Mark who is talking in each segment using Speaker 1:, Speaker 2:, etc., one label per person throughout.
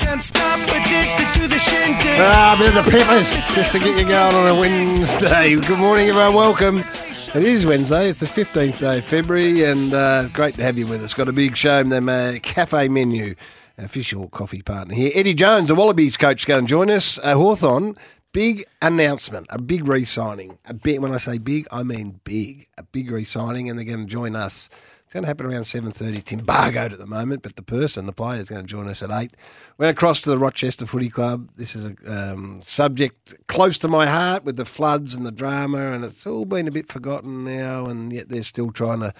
Speaker 1: Can't stop addicted to the shindig.
Speaker 2: Ah, a bit of the peppers just to get you going on a Wednesday. Good morning, everyone. Welcome. It is Wednesday. It's the 15th day of February, and uh, great to have you with us. Got a big show in the uh, cafe menu, official coffee partner here. Eddie Jones, the Wallabies coach, is going to join us. Uh, Hawthorne, big announcement, a big re signing. A bit, when I say big, I mean big. A big re signing, and they're going to join us. It's going to happen around 7.30. It's embargoed at the moment, but the person, the player, is going to join us at 8. We're going to cross to the Rochester Footy Club. This is a um, subject close to my heart with the floods and the drama, and it's all been a bit forgotten now, and yet they're still trying to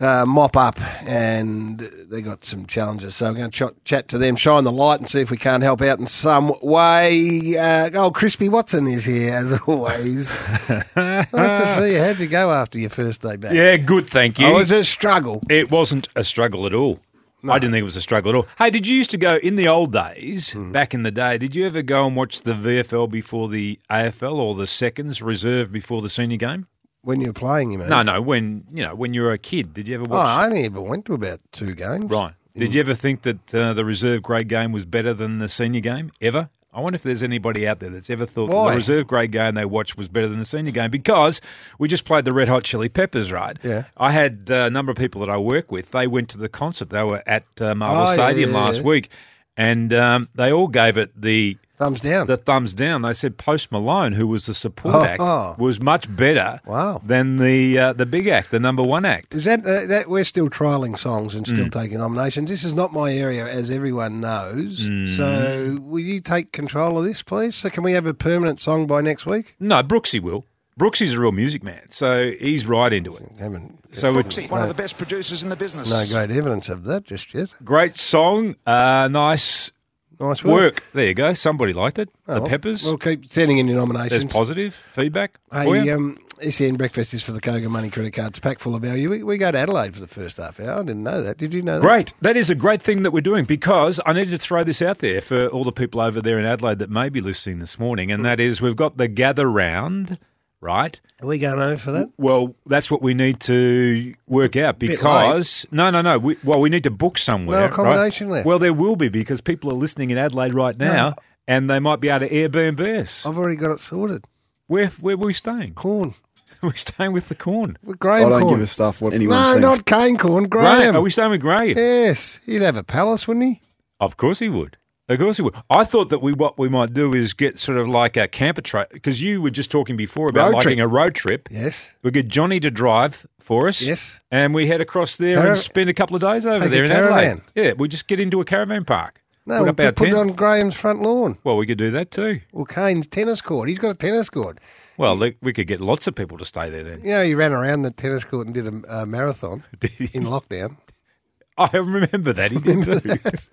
Speaker 2: uh, mop up, and they got some challenges. So we're going to ch- chat to them, shine the light, and see if we can't help out in some way. Uh, oh, Crispy Watson is here, as always. nice to see you. How'd you go after your first day back?
Speaker 3: Yeah, good, thank you.
Speaker 2: Oh, it's a struggle.
Speaker 3: it wasn't a struggle at all. I didn't think it was a struggle at all. Hey, did you used to go in the old days,
Speaker 2: Mm-hmm.
Speaker 3: back in the day, did you ever go and watch the VFL before the AFL or the seconds reserve before the senior game?
Speaker 2: When you're playing, you mean?
Speaker 3: No, no, when, you know, when you were a kid, did you ever
Speaker 2: Oh, I
Speaker 3: watch
Speaker 2: only ever went to about two games.
Speaker 3: Right. Did you ever think that uh, the reserve grade game was better than the senior game ever? I wonder if there's anybody out there that's ever thought that
Speaker 2: Why?
Speaker 3: the reserve grade game they watched was better than the senior game because we just played the Red Hot Chili Peppers, right?
Speaker 2: Yeah.
Speaker 3: I had uh, a number of people that I work with. They went to the concert. They were at uh, Marvel
Speaker 2: Oh, yeah,
Speaker 3: Stadium
Speaker 2: yeah,
Speaker 3: last
Speaker 2: yeah.
Speaker 3: week, and um, they all gave it the
Speaker 2: Thumbs down.
Speaker 3: the thumbs down. They said Post Malone, who was the support
Speaker 2: Oh.
Speaker 3: act, was much better
Speaker 2: Wow.
Speaker 3: than the uh, the big act, the number one act.
Speaker 2: Is that, uh, that we're still trialing songs and
Speaker 3: Mm.
Speaker 2: still taking nominations? This is not my area, as everyone knows.
Speaker 3: Mm.
Speaker 2: So, will you take control of this, please? So, can we have a permanent song by next week?
Speaker 3: No, Brooksy will. Brooksy's a real music man, so he's right into it.
Speaker 2: Haven't
Speaker 3: So we-
Speaker 1: Brooksy, one of the best producers in the business.
Speaker 2: no great evidence of that just yet.
Speaker 3: great song, uh, nice
Speaker 2: Nice work.
Speaker 3: work. There you go. Somebody liked it.
Speaker 2: Oh,
Speaker 3: the
Speaker 2: well,
Speaker 3: Peppers.
Speaker 2: We'll keep sending in your
Speaker 3: There's
Speaker 2: nominations.
Speaker 3: positive feedback. for
Speaker 2: Hey,
Speaker 3: you.
Speaker 2: um, SEN Breakfast is for the Kogan Money credit cards, packed full of value. We, we go to Adelaide for the first half hour. I didn't know that. Did you know that?
Speaker 3: Great. That is a great thing that we're doing because I needed to throw this out there for all the people over there in Adelaide that may be listening this morning,
Speaker 2: Hmm.
Speaker 3: and that is we've got the gather round, right?
Speaker 2: Are we going over for that?
Speaker 3: Well, that's what we need to work out
Speaker 2: late.
Speaker 3: because no, no, no. We, well, we need to book somewhere.
Speaker 2: No
Speaker 3: right?
Speaker 2: accommodation left.
Speaker 3: Well, there will be because people are listening in Adelaide right now, and they might be able to Airbnb us.
Speaker 2: I've already got it sorted.
Speaker 3: Where where were we staying?
Speaker 2: Corn.
Speaker 3: we're staying with the corn.
Speaker 2: With Graham
Speaker 4: I don't
Speaker 2: corn.
Speaker 4: give a stuff what anyone
Speaker 2: no,
Speaker 4: thinks.
Speaker 2: not cane corn. Graham.
Speaker 3: Are we staying with Graham?
Speaker 2: Yes, he'd have a palace, wouldn't he?
Speaker 3: Of course he would. Of course he would. I thought that we what we might do is get sort of like a camper trip because you were just talking before about
Speaker 2: Road
Speaker 3: liking
Speaker 2: trip.
Speaker 3: a road trip.
Speaker 2: Yes.
Speaker 3: We get Johnny to drive for us.
Speaker 2: Yes.
Speaker 3: and we head across there
Speaker 2: Cara-
Speaker 3: and spend a couple of days over
Speaker 2: Take
Speaker 3: there
Speaker 2: a
Speaker 3: in
Speaker 2: caravan.
Speaker 3: Adelaide. Yeah, we just get into a caravan park.
Speaker 2: No,
Speaker 3: Put
Speaker 2: we'll
Speaker 3: up our
Speaker 2: put it
Speaker 3: tent.
Speaker 2: on Graham's front lawn.
Speaker 3: Well, we could do that too.
Speaker 2: Or Kane's tennis court. He's got a tennis court.
Speaker 3: Well, look, we could get lots of people to stay there then.
Speaker 2: You know, he ran around the tennis court and did a, uh marathon in lockdown.
Speaker 3: I remember that he did too.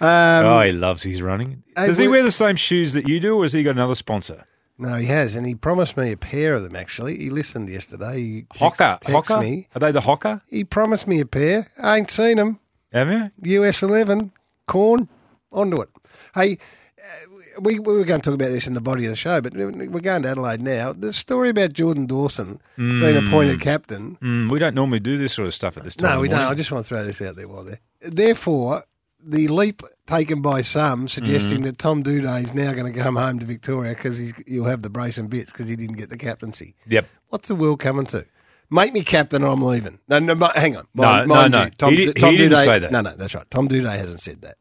Speaker 2: Um,
Speaker 3: oh, he loves his running.
Speaker 2: Hey,
Speaker 3: Does he
Speaker 2: we-
Speaker 3: wear the same shoes that you do, or has he got another sponsor?
Speaker 2: No, he has, and he promised me a pair of them, actually. He listened yesterday. He text,
Speaker 3: Hocker,
Speaker 2: text
Speaker 3: Hocker.
Speaker 2: me.
Speaker 3: Are they the Hocker?
Speaker 2: He promised me a pair. I ain't seen them.
Speaker 3: Have you?
Speaker 2: US 11, corn, onto it. Hey, uh, we, we were going to talk about this in the body of the show, but we're going to Adelaide now. The story about Jordan Dawson being appointed captain.
Speaker 3: Mm, we don't normally do this sort of stuff at this time.
Speaker 2: No,
Speaker 3: of
Speaker 2: we don't.
Speaker 3: morning.
Speaker 2: I just want to throw this out there while there. Therefore, the leap taken by some suggesting that Tom Duday is now going to come home to Victoria because he'll have the brace and bits because he didn't get the captaincy.
Speaker 3: Yep.
Speaker 2: What's the world coming to? Make me captain or I'm leaving. No, no, mi- hang on.
Speaker 3: No,
Speaker 2: Mind,
Speaker 3: no,
Speaker 2: mind
Speaker 3: no.
Speaker 2: You, Tom,
Speaker 3: He di-
Speaker 2: Tom
Speaker 3: he didn't
Speaker 2: Duday-
Speaker 3: say that.
Speaker 2: No, no, that's right. Tom Duday hasn't said that.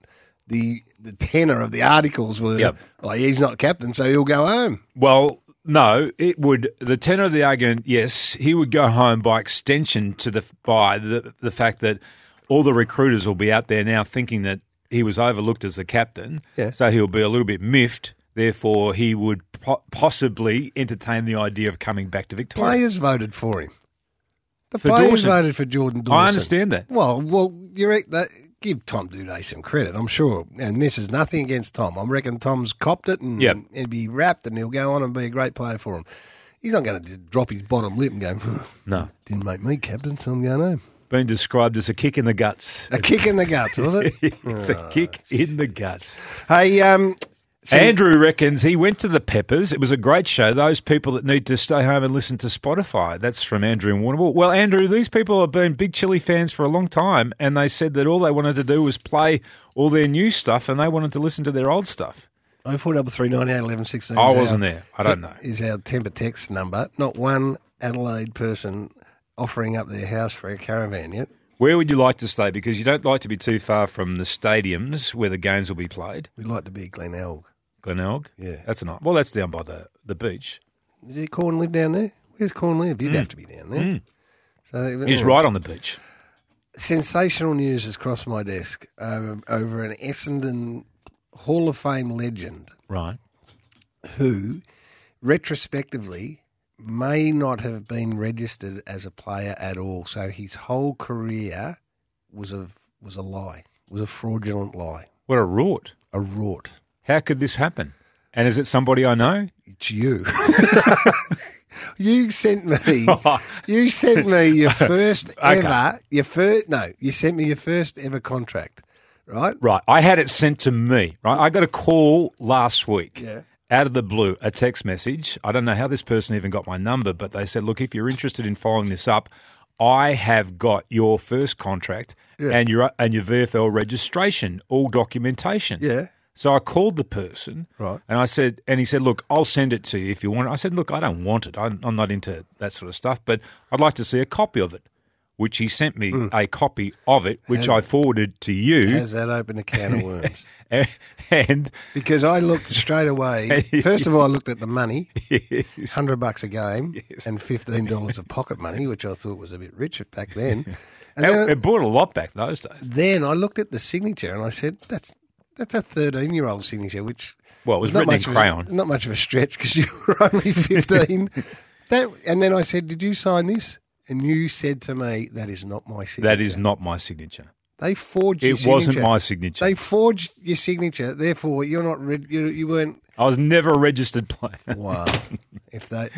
Speaker 2: The the tenor of the articles were,
Speaker 3: Yep.
Speaker 2: oh, he's not captain, so he'll go home.
Speaker 3: Well, no, it would. The tenor of the argument, yes, he would go home by extension to the by the the fact that all the recruiters will be out there now thinking that he was overlooked as the captain.
Speaker 2: Yeah.
Speaker 3: So he'll be a little bit miffed. Therefore, he would po- possibly entertain the idea of coming back to Victoria.
Speaker 2: Players voted for him. The
Speaker 3: For
Speaker 2: players
Speaker 3: Dawson.
Speaker 2: voted for Jordan Dawson.
Speaker 3: I understand that.
Speaker 2: Well, well, you're right, that give Tom Duday some credit. I'm sure, and this is nothing against Tom. I reckon Tom's copped it and
Speaker 3: Yep.
Speaker 2: it'd be wrapped, and he'll go on and be a great player for him. He's not going to drop his bottom lip and go,
Speaker 3: No.
Speaker 2: "Didn't make me captain, so I'm going home."
Speaker 3: Been described as a kick in the guts.
Speaker 2: A kick in the guts, was it?
Speaker 3: it's a kick in the guts.
Speaker 2: hey, um, send-
Speaker 3: Andrew reckons he went to the Peppers. It was a great show. Those people that need to stay home and listen to Spotify. That's from Andrew and Warnable. Well, Andrew, these people have been big Chili fans for a long time, and they said that all they wanted to do was play all their new stuff, and they wanted to listen to their old stuff.
Speaker 2: Oh four double three nine eight eleven sixteen.
Speaker 3: I
Speaker 2: is
Speaker 3: wasn't
Speaker 2: our-
Speaker 3: there. I don't know.
Speaker 2: Is our temper text number? Not one Adelaide person offering up their house for a caravan yet.
Speaker 3: Where would you like to stay? Because you don't like to be too far from the stadiums where the games will be played.
Speaker 2: We'd like to be Glen Elg.
Speaker 3: Glenelg.
Speaker 2: Yeah.
Speaker 3: that's not. Well, that's down by the the beach.
Speaker 2: Does Corn live down there? Where's Corn live? You'd have to be down there.
Speaker 3: Mm.
Speaker 2: So uh,
Speaker 3: He's right on the beach.
Speaker 2: Sensational news has crossed my desk um, over an Essendon Hall of Fame legend
Speaker 3: Right.
Speaker 2: who, retrospectively, may not have been registered as a player at all. So his whole career was a was a lie, was a fraudulent lie,
Speaker 3: What a rort.
Speaker 2: a rort.
Speaker 3: How could this happen? And is it somebody I know?
Speaker 2: It's you. you sent me. You sent me your first
Speaker 3: Okay.
Speaker 2: ever. Your first no. You sent me your first ever contract, right?
Speaker 3: Right. I had it sent to me. Right. I got a call last week.
Speaker 2: Yeah.
Speaker 3: Out of the blue, a text message. I don't know how this person even got my number, but they said, "Look, if you're interested in following this up, I have got your first contract and your and your VFL registration, all documentation."
Speaker 2: Yeah.
Speaker 3: So I called the person,
Speaker 2: Right.
Speaker 3: And I said, and he said, "Look, I'll send it to you if you want." it." I said, "Look, I don't want it. I'm, I'm not into that sort of stuff, but I'd like to see a copy of it." Which he sent me a copy of it, which I forwarded to you.
Speaker 2: Hmm. Has that opened a can of worms?
Speaker 3: and
Speaker 2: Because I looked straight away. First of all, I looked at the money, hundred bucks a game, and fifteen dollars of pocket money, which I thought was a bit rich back then. And
Speaker 3: it,
Speaker 2: then,
Speaker 3: it brought a lot back those days.
Speaker 2: then I looked at the signature and I said, "That's that's a thirteen-year-old signature," which
Speaker 3: Well, it was
Speaker 2: not
Speaker 3: written in
Speaker 2: much of a-
Speaker 3: crayon.
Speaker 2: not much of a stretch because you were only fifteen. that and then I said, "Did you sign this?" And you said to me, "That is not my signature.
Speaker 3: That is not my signature.
Speaker 2: they forged. your
Speaker 3: It wasn't
Speaker 2: signature.
Speaker 3: my signature.
Speaker 2: They forged your signature. Therefore, you're not. Re- you, you weren't."
Speaker 3: I was never a registered player.
Speaker 2: Wow. if they,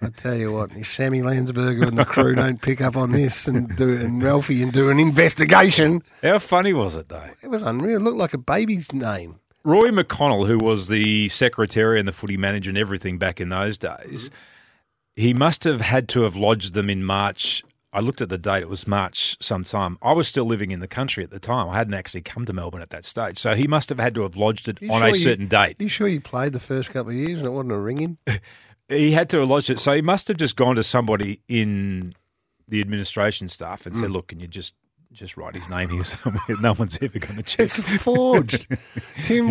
Speaker 2: I tell you what, if Sammy Landsberger and the crew don't pick up on this and do and Ralphie and do an investigation,
Speaker 3: How funny was it though?
Speaker 2: it was unreal. It looked like a baby's name.
Speaker 3: Roy McConnell, who was the secretary and the footy manager and everything back in those days, he must have had to have lodged them in March. I looked at the date, it was March sometime. I was still living in the country at the time. I hadn't actually come to Melbourne at that stage. So he must have had to have lodged it
Speaker 2: You
Speaker 3: on
Speaker 2: sure
Speaker 3: a
Speaker 2: you-
Speaker 3: certain date.
Speaker 2: You sure you played the first couple of years and it wasn't a ringing?
Speaker 3: He had to have lodged it. So he must have just gone to somebody in the administration staff and
Speaker 2: Hmm.
Speaker 3: said, Look, can you just just write his name here somewhere? No one's ever gonna check.
Speaker 2: It's forged. Tim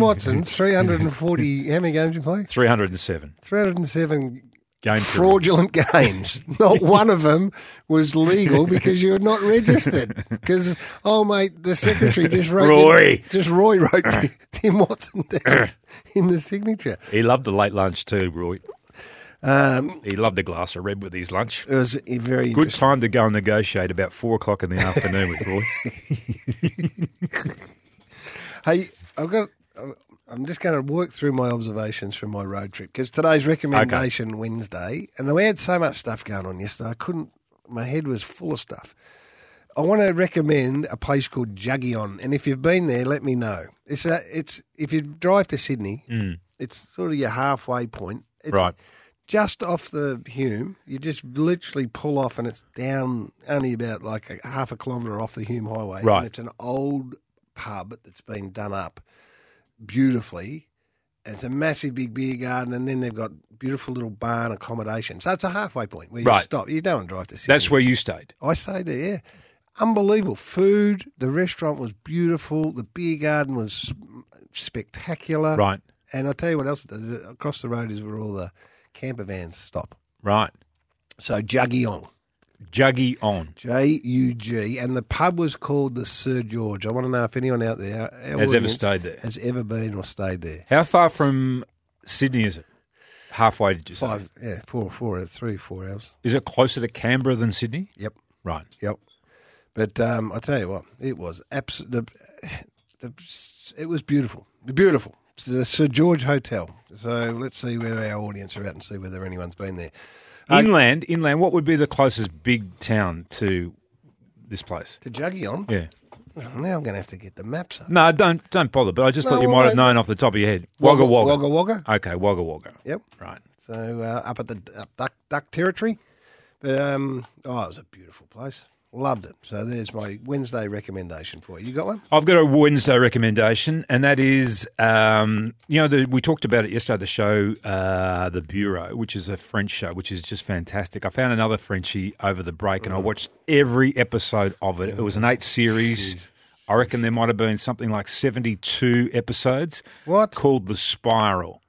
Speaker 2: Watson, 340, how many games you play?
Speaker 3: three hundred and seven.
Speaker 2: 307
Speaker 3: Game period.
Speaker 2: fraudulent games. Not one of them was legal because you were not registered. Because oh mate, the secretary just wrote
Speaker 3: Roy.
Speaker 2: just Roy wrote Ti- Tim Watson down in the signature.
Speaker 3: He loved the late lunch too, Roy.
Speaker 2: Um,
Speaker 3: He loved a glass of red with his lunch.
Speaker 2: it was a very
Speaker 3: Good
Speaker 2: interesting.
Speaker 3: time to go and negotiate about four o'clock in the afternoon with Roy.
Speaker 2: Hey, I've got. uh, I'm just going to work through my observations from my road trip because today's recommendation Wednesday, and we had so much stuff going on yesterday. I couldn't. My head was full of stuff. I want to recommend a place called Juggion, and if you've been there, let me know. It's a, it's if you drive to Sydney, it's sort of your halfway point. It's
Speaker 3: Right.
Speaker 2: just off the Hume. You just literally pull off, and it's down only about like a half a kilometre off the Hume Highway.
Speaker 3: Right.
Speaker 2: and it's an old pub that's been done up beautifully. It's a massive big beer garden, and then they've got beautiful little barn accommodation. So it's a halfway point where you
Speaker 3: Right.
Speaker 2: stop. You don't want to drive to Sydney.
Speaker 3: That's where you stayed.
Speaker 2: I stayed there. Yeah, unbelievable food. The restaurant was beautiful. The beer garden was spectacular.
Speaker 3: Right.
Speaker 2: And I'll tell you what else. the- the- Across the road is where all the camper vans stop.
Speaker 3: Right.
Speaker 2: So Juggiong,
Speaker 3: Juggy on.
Speaker 2: J U G, and the pub was called the Sir George. I want to know if anyone out there our
Speaker 3: Has ever
Speaker 2: audience
Speaker 3: stayed there.
Speaker 2: has ever been or stayed there.
Speaker 3: How far from Sydney is it? Halfway, did you say?
Speaker 2: Five, yeah, four, four, three, four hours.
Speaker 3: Is it closer to Canberra than Sydney?
Speaker 2: Yep,
Speaker 3: Right.
Speaker 2: yep. But um, I tell you what, it was abs- the, the, it was beautiful, beautiful. It's the Sir George Hotel. So let's see where our audience are at and see whether anyone's been there.
Speaker 3: Inland, inland. What would be the closest big town to this place?
Speaker 2: To Juggy on.
Speaker 3: Yeah.
Speaker 2: Now I'm going to have to get the maps up.
Speaker 3: No, don't don't bother. But I just
Speaker 2: No,
Speaker 3: thought you
Speaker 2: well,
Speaker 3: might have
Speaker 2: no,
Speaker 3: known off the top of your head. Wagga Wagga.
Speaker 2: Wagga Wagga.
Speaker 3: Okay, Wagga Wagga.
Speaker 2: Yep.
Speaker 3: Right.
Speaker 2: So uh, up at the up duck duck territory, but um, oh, it was a beautiful place. Loved it. So there's my Wednesday recommendation for you. You got one?
Speaker 3: I've got a Wednesday recommendation, and that is, um, you know, the, we talked about it yesterday. The show, uh, The Bureau, which is a French show, which is just fantastic. I found another Frenchie over the break, and I watched every episode of it. It was an eight series. I reckon there might have been something like seventy-two episodes.
Speaker 2: What?
Speaker 3: called The Spiral?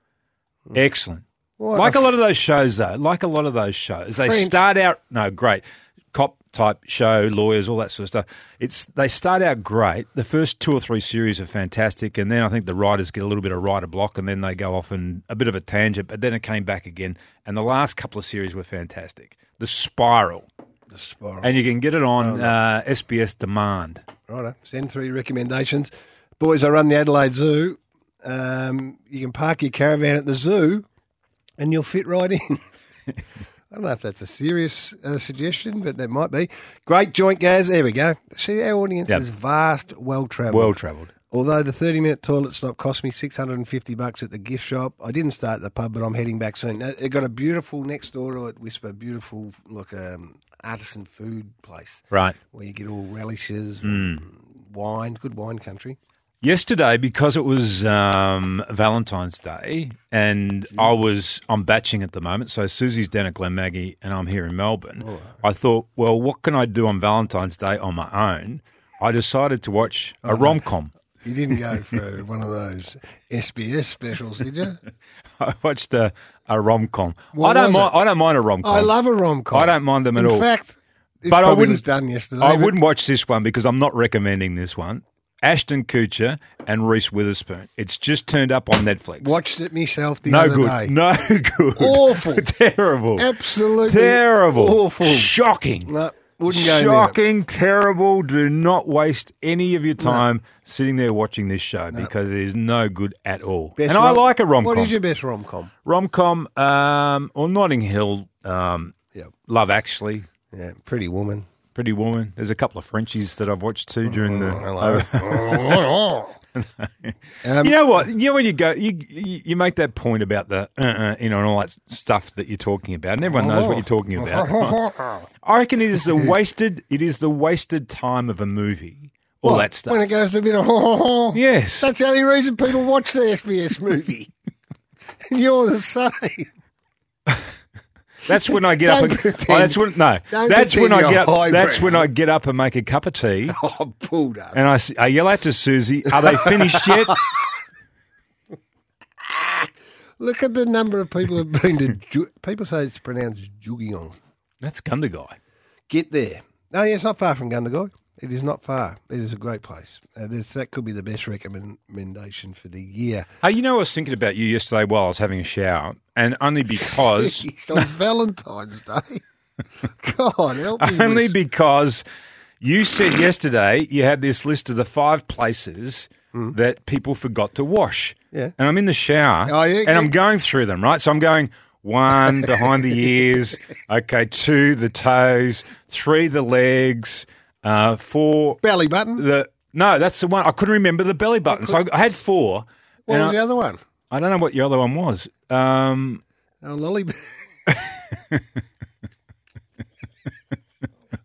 Speaker 3: Excellent.
Speaker 2: What
Speaker 3: like
Speaker 2: a
Speaker 3: a lot of those shows, though. Like a lot of those shows, they
Speaker 2: French.
Speaker 3: start out no great cop type show, lawyers, all that sort of stuff. It's they start out great. The first two or three series are fantastic, and then I think the writers get a little bit of writer block, and then they go off and a bit of a tangent. But then it came back again, and the last couple of series were fantastic. The Spiral,
Speaker 2: The spiral.
Speaker 3: and you can get it on uh, SBS Demand.
Speaker 2: Righto. Send three recommendations. Boys, I run the Adelaide Zoo. Um, you can park your caravan at the zoo and you'll fit right in. I don't know if that's a serious uh, suggestion, but that might be. Great joint, guys. There we go. See, our audience
Speaker 3: Yep.
Speaker 2: is vast, well traveled.
Speaker 3: Well travelled.
Speaker 2: Although the 30 minute toilet stop cost me 650 bucks at the gift shop, I didn't start at the pub, but I'm heading back soon. Now, It got a beautiful next door to it, Whisper, beautiful, like um, artisan food place
Speaker 3: Right. Hmm.
Speaker 2: where you get all relishes and wine, good wine country.
Speaker 3: Yesterday, because it was um, Valentine's Day, and I was I'm batching at the moment, so Susie's down at Glenmaggie, and I'm here in Melbourne. I thought, well, what can I do on Valentine's Day on my own? I decided to watch a rom com.
Speaker 2: You didn't go for one of those SBS specials, did you?
Speaker 3: I watched a, a rom com. I
Speaker 2: What
Speaker 3: don't
Speaker 2: was
Speaker 3: mind.
Speaker 2: it?
Speaker 3: I don't mind a rom com.
Speaker 2: I love a rom com.
Speaker 3: I don't mind them at
Speaker 2: In
Speaker 3: all.
Speaker 2: fact, this
Speaker 3: But I
Speaker 2: probably
Speaker 3: wouldn't-
Speaker 2: was done yesterday.
Speaker 3: I
Speaker 2: but
Speaker 3: wouldn't watch this one because I'm not recommending this one. Ashton Kutcher and Reese Witherspoon. It's just turned up on Netflix.
Speaker 2: watched it myself the
Speaker 3: no
Speaker 2: other
Speaker 3: good.
Speaker 2: day.
Speaker 3: No good.
Speaker 2: Awful.
Speaker 3: Terrible.
Speaker 2: Absolutely
Speaker 3: terrible,
Speaker 2: awful.
Speaker 3: shocking,
Speaker 2: No, wouldn't go near it.
Speaker 3: shocking, terrible. Do not waste any of your time sitting there watching this show because it is no good at all.
Speaker 2: Best
Speaker 3: and I
Speaker 2: rom-
Speaker 3: like a rom
Speaker 2: What
Speaker 3: com.
Speaker 2: is your best rom com?
Speaker 3: rom com, um, or Notting Hill, um,
Speaker 2: Yep.
Speaker 3: Love Actually.
Speaker 2: Yeah, Pretty Woman.
Speaker 3: Pretty Woman. There's a couple of Frenchies that I've watched too during
Speaker 2: Oh,
Speaker 3: the. Oh.
Speaker 2: Um,
Speaker 3: You know what? You know when you go, you you you make that point about the uh, uh, you know and all that stuff that you're talking about, and
Speaker 2: Oh,
Speaker 3: everyone knows what you're talking about. I reckon it is the wasted. It is the wasted time of a movie. All
Speaker 2: What?
Speaker 3: that stuff.
Speaker 2: When it goes to a bit of ho, ho, ho.
Speaker 3: yes.
Speaker 2: That's the only reason people watch the SBS movie. And you're the same.
Speaker 3: That's when I get up.
Speaker 2: Don't
Speaker 3: And,
Speaker 2: pretend-
Speaker 3: oh, that's when no.
Speaker 2: don't
Speaker 3: That's when
Speaker 2: pretend
Speaker 3: I
Speaker 2: you're
Speaker 3: get up.
Speaker 2: high
Speaker 3: That's
Speaker 2: brow.
Speaker 3: when I get up and make a cup of tea,
Speaker 2: Oh, pulled up.
Speaker 3: and I, s- I yell out to Susie, "Are they finished yet?"
Speaker 2: Look at the number of people who've been to. Ju- people say it's pronounced Jugion.
Speaker 3: That's Gundagai.
Speaker 2: Get there. No, yeah, it's not far from Gundagai. It is not far. It is a great place. Uh, this, that could be the best recommendation for the year.
Speaker 3: Hey, you know, I was thinking about you yesterday while I was having a shower, and only because,
Speaker 2: It's on Valentine's Day. God help me.
Speaker 3: only
Speaker 2: with-
Speaker 3: because you said yesterday you had this list of the five places that people forgot to wash.
Speaker 2: Hmm. Yeah.
Speaker 3: And I'm in the shower,
Speaker 2: Oh, yeah,
Speaker 3: and
Speaker 2: yeah.
Speaker 3: I'm going through them, right? So I'm going. One behind the ears, okay. Two the toes, three the legs, uh, four
Speaker 2: belly button.
Speaker 3: the no. That's the one I couldn't remember the belly button. So I, I had four.
Speaker 2: What
Speaker 3: and
Speaker 2: was
Speaker 3: I-
Speaker 2: the other one?
Speaker 3: I don't know what your other one was. Um,
Speaker 2: A lollipop.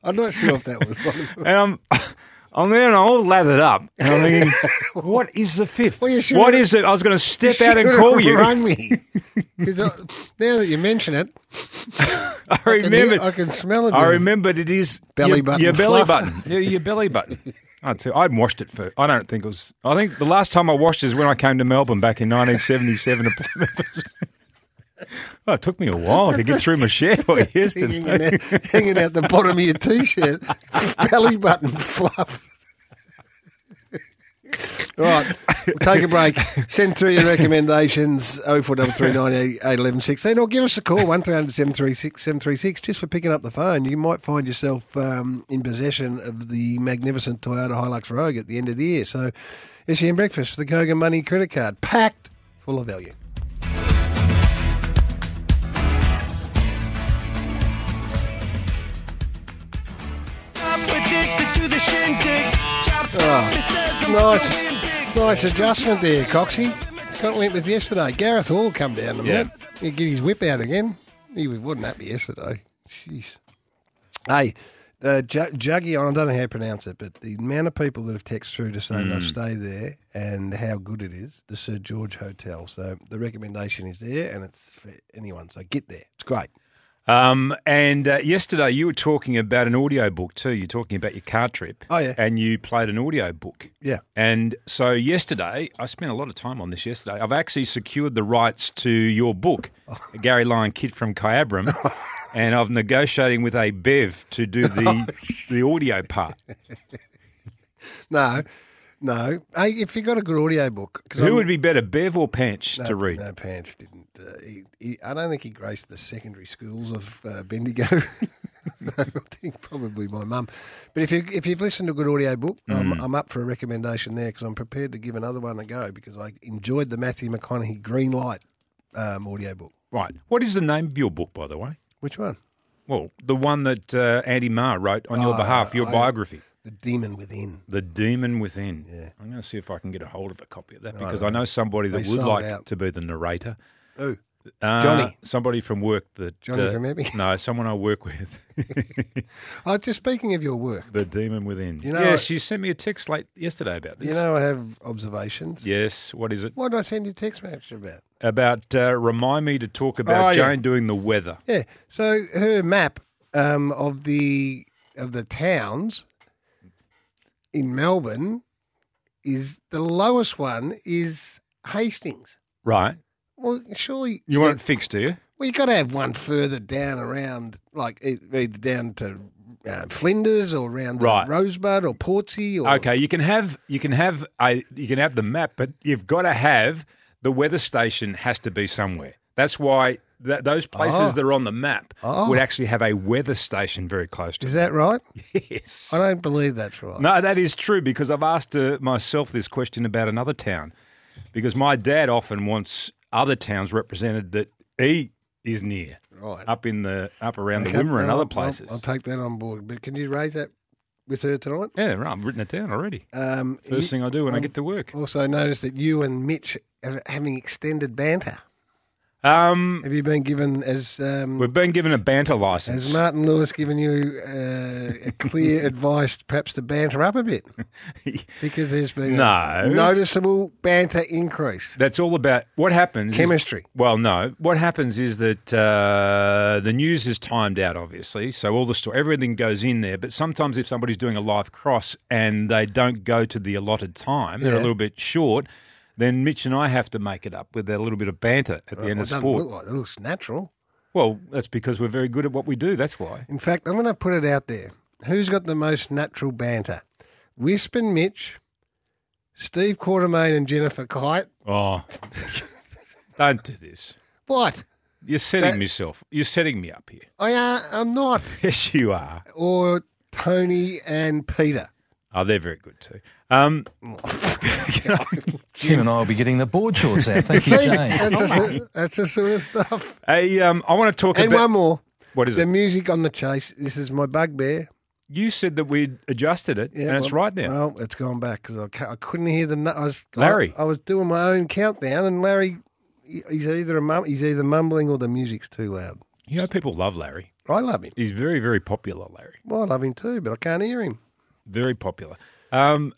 Speaker 2: I'm not sure if that was one of them.
Speaker 3: and I'm, I'm there and I'm all lathered up. And I'm thinking, what is the fifth?
Speaker 2: Well, you should've-
Speaker 3: what is it? I was going to step out and call you. I
Speaker 2: Run me. 'Cause I- now that you mention it, I can, hear-
Speaker 3: remembered.
Speaker 2: I can smell it.
Speaker 3: I
Speaker 2: now.
Speaker 3: remembered it is
Speaker 2: Belly
Speaker 3: your,
Speaker 2: button
Speaker 3: Your belly
Speaker 2: fluff.
Speaker 3: button. Your, your belly button. I tell you, I hadn't washed it for. I don't think it was. I think the last time I washed is when I came to Melbourne back in 1977. to Plymouth. well, it took me a while to get through my shower
Speaker 2: Hanging
Speaker 3: yesterday.
Speaker 2: out, hanging out the bottom of your t-shirt, belly button fluff. All right, we'll take a break. Send through your recommendations 0433 16 or give us a call 1300 736 736 just for picking up the phone. You might find yourself um, in possession of the magnificent Toyota Hilux Rogue at the end of the year. So, SEM Breakfast for the Kogan Money credit card, packed full of value.
Speaker 1: I'm addicted to the shindig. Chopped up, it says I'm going big.
Speaker 2: Ah. Nice, nice adjustment there, Coxie. Got linked with yesterday. Gareth Hall come down a minute. He'd get his whip out again. He was, wasn't happy yesterday. Jeez. Hey, uh, Ju- Juggy, I don't know how to pronounce it, but the amount of people that have texted through to say
Speaker 3: Mm.
Speaker 2: they'll stay there and how good it is, the Sir George Hotel. So the recommendation is there and it's for anyone. So get there. It's great.
Speaker 3: Um, and uh, yesterday you were talking about an audio book too. You're talking about your car trip.
Speaker 2: Oh, yeah.
Speaker 3: And you played an audio book.
Speaker 2: Yeah.
Speaker 3: And so yesterday, I spent a lot of time on this yesterday. I've actually secured the rights to your book, Gary Lyon Kid from Kyabram, and I'm negotiating with a Bev to
Speaker 2: Oh,
Speaker 3: do the the audio part.
Speaker 2: No, no. Hey, if you got a good audio book. 'cause I'm-
Speaker 3: Who would be better, Bev or Panch,
Speaker 2: No,
Speaker 3: to read?
Speaker 2: No, Pants didn't. Uh, he, he, I don't think he graced the secondary schools of uh, Bendigo. No, I think probably my mum. But if you if you've listened to a good audio book,
Speaker 3: Mm.
Speaker 2: I'm, I'm up for a recommendation there because I'm prepared to give another one a go because I enjoyed the Matthew McConaughey Green Light um, audio book.
Speaker 3: Right. What is the name of your book, by the way?
Speaker 2: Which one?
Speaker 3: Well, the one that uh, Andy Marr wrote on your
Speaker 2: Oh,
Speaker 3: behalf, your
Speaker 2: I-
Speaker 3: biography.
Speaker 2: The Demon Within.
Speaker 3: The Demon Within. Yeah. I'm going to see if I can get a hold of a copy of that because I know somebody that
Speaker 2: They
Speaker 3: would
Speaker 2: sold
Speaker 3: like
Speaker 2: out.
Speaker 3: to be the narrator.
Speaker 2: Oh,
Speaker 3: Uh,
Speaker 2: Johnny.
Speaker 3: Somebody from work that. uh,
Speaker 2: Johnny from Epping?
Speaker 3: No, someone I work with.
Speaker 2: oh, just speaking of your work,
Speaker 3: the Demon Within.
Speaker 2: You know-
Speaker 3: yes, you sent me a text late yesterday about this.
Speaker 2: you know I have observations.
Speaker 3: yes, what is it?
Speaker 2: What did I send you a text message about?
Speaker 3: About uh, remind me to talk about
Speaker 2: Oh, yeah.
Speaker 3: Jane doing the weather.
Speaker 2: Yeah. So her map um, of the of the towns in Melbourne is the lowest one is Hastings.
Speaker 3: Right.
Speaker 2: Well, surely
Speaker 3: You want it fixed, do you?
Speaker 2: Well, you got to have one further down around, like e- either down to uh, Flinders or around to
Speaker 3: Right.
Speaker 2: Rosebud or Portsea. Or,
Speaker 3: Okay, you can have you can have a you can have the map, but you've got to have the weather station has to be somewhere. That's why th- those places
Speaker 2: Oh.
Speaker 3: that are on the map
Speaker 2: Oh.
Speaker 3: would actually have a weather station very close to.
Speaker 2: Is that right?
Speaker 3: them. Yes.
Speaker 2: I don't believe that's right.
Speaker 3: No, that is true because I've asked uh, myself this question about another town, because my dad often wants other towns represented that he is near,
Speaker 2: Right.
Speaker 3: up in the up around
Speaker 2: Okay,
Speaker 3: the Wimmera and
Speaker 2: well,
Speaker 3: other
Speaker 2: I'll- I'll-
Speaker 3: places.
Speaker 2: I'll take that on board. But can you raise that with her tonight?
Speaker 3: yeah, right. I've written it down already.
Speaker 2: Um,
Speaker 3: First
Speaker 2: you-
Speaker 3: thing I do when I get to work.
Speaker 2: Also noticed that you and Mitch are having extended banter.
Speaker 3: Um,
Speaker 2: Have you been given as um,
Speaker 3: we've been given a banter license.
Speaker 2: has Martin Lewis given you uh, clear advice, perhaps to banter up a bit, because there's been a
Speaker 3: No.
Speaker 2: noticeable banter increase.
Speaker 3: That's all about what happens. is-
Speaker 2: Chemistry.
Speaker 3: well, no. What happens is that uh, the news is timed out, obviously. So all the story, everything goes in there. But sometimes if somebody's doing a live cross and they don't go to the allotted time, they're a
Speaker 2: Yeah.
Speaker 3: little bit short. Then Mitch and I have to make it up with a little bit of banter at the end of
Speaker 2: Uh, Well, it doesn't
Speaker 3: sport.
Speaker 2: look like it. It looks natural.
Speaker 3: Well, that's because we're very good at what we do. That's why.
Speaker 2: In fact, I'm going to put it out there. Who's got the most natural banter? Wisp and Mitch, Steve Quartermain and Jennifer Kite.
Speaker 3: Oh, don't do this.
Speaker 2: What?
Speaker 3: You're setting
Speaker 2: That-
Speaker 3: yourself. You're setting me up here.
Speaker 2: I uh, I'm not.
Speaker 3: Yes, you are.
Speaker 2: Or Tony and Peter.
Speaker 3: Oh, they're very good too. Um,
Speaker 4: Jim and I will be getting the board shorts out. Thank you,
Speaker 2: See,
Speaker 4: Jane.
Speaker 2: that's, the sor- that's the sort of stuff.
Speaker 3: I, um, I want to talk
Speaker 2: And
Speaker 3: about
Speaker 2: one more.
Speaker 3: what is
Speaker 2: The
Speaker 3: it?
Speaker 2: music on the chase. This is my bugbear.
Speaker 3: You said that we'd adjusted it, and it's
Speaker 2: well-
Speaker 3: right now.
Speaker 2: Well, it's gone back because I, ca- I couldn't hear the. nu- I was, I-
Speaker 3: Larry.
Speaker 2: I, was doing my own countdown, and Larry, he- he's either a mum, he's either mumbling or the music's too loud.
Speaker 3: you know, people love Larry.
Speaker 2: I love him.
Speaker 3: He's very, very popular. Larry,
Speaker 2: Well, I love him too, but I can't hear him.
Speaker 3: very popular. Um,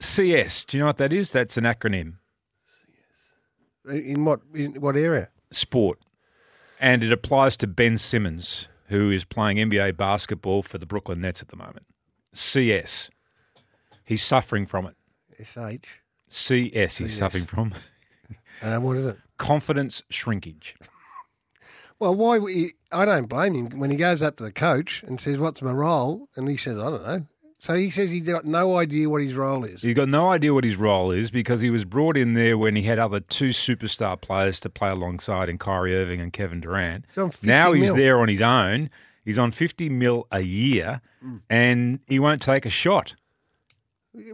Speaker 3: CS. Do you know what that is? That's an acronym.
Speaker 2: In- In what in what area?
Speaker 3: Sport, and it applies to Ben Simmons, who is playing NBA basketball for the Brooklyn Nets at the moment. CS. He's suffering from it.
Speaker 2: SH.
Speaker 3: CS. He's suffering from
Speaker 2: Uh, what is it?
Speaker 3: confidence shrinkage.
Speaker 2: Well, why? would he- I don't blame him when he goes up to the coach and says, "What's my role?" and he says, "I don't know." So he says he's got no idea what his role is.
Speaker 3: He's got no idea what his role is because he was brought in there when he had other two superstar players to play alongside in Kyrie Irving and Kevin Durant.
Speaker 2: He's on 50
Speaker 3: now he's
Speaker 2: mil.
Speaker 3: there on his own. He's on 50 mil a year
Speaker 2: Mm.
Speaker 3: and he won't take a shot.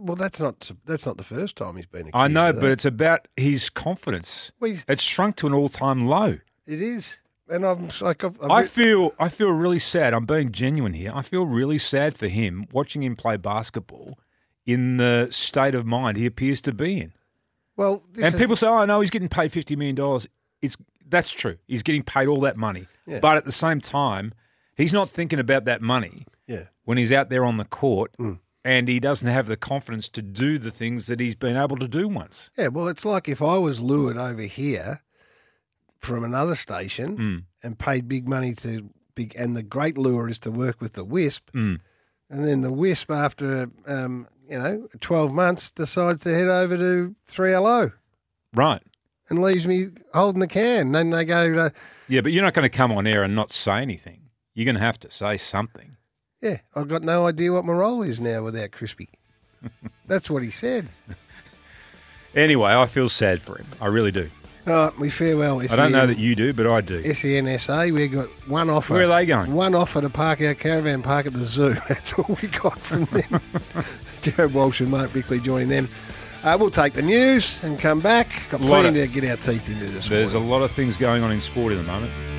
Speaker 2: Well, that's not that's not the first time he's uh, been. Accused
Speaker 3: I know,
Speaker 2: of that.
Speaker 3: but it's about his confidence.
Speaker 2: We-
Speaker 3: It's shrunk to an all-time low.
Speaker 2: it is, and I'm s- like, I've, I've
Speaker 3: I
Speaker 2: re-
Speaker 3: feel I feel really sad. I'm being genuine here. I feel really sad for him watching him play basketball in the state of mind he appears to be in.
Speaker 2: well, this
Speaker 3: and
Speaker 2: is-
Speaker 3: people say, "Oh no, he's getting paid fifty million dollars." It's that's true. He's getting paid all that money,
Speaker 2: Yeah.
Speaker 3: but at the same time, he's not thinking about that money
Speaker 2: yeah,
Speaker 3: when he's out there on the court, and he doesn't have the confidence to do the things that he's been able to do once.
Speaker 2: yeah. Well, it's like if I was lured over here from another station
Speaker 3: Hmm.
Speaker 2: and paid big money to big, and the great lure is to work with the Wisp,
Speaker 3: Hmm.
Speaker 2: and then the Wisp after um, you know twelve months decides to head over to Three LO
Speaker 3: Right?
Speaker 2: and leaves me holding the can. Then they go, to,
Speaker 3: Yeah, but you're not going to come on air and not say anything. You're going to have to say something.
Speaker 2: yeah, I've got no idea what my role is now without Crispy. That's what he said.
Speaker 3: Anyway, I feel sad for him. I really do.
Speaker 2: All right, we farewell. E
Speaker 3: I don't know that you do, but I do.
Speaker 2: SENSA, we got one offer.
Speaker 3: Where are they going?
Speaker 2: One offer to park our caravan park at the zoo. That's all we got from them. Jared Walsh and Mark Bickley joining them. Uh, we'll take the news and come back. Got
Speaker 3: Lot
Speaker 2: plenty to
Speaker 3: of-
Speaker 2: get our teeth into this
Speaker 3: There's a
Speaker 2: morning.
Speaker 3: lot of things going on in sport at the moment.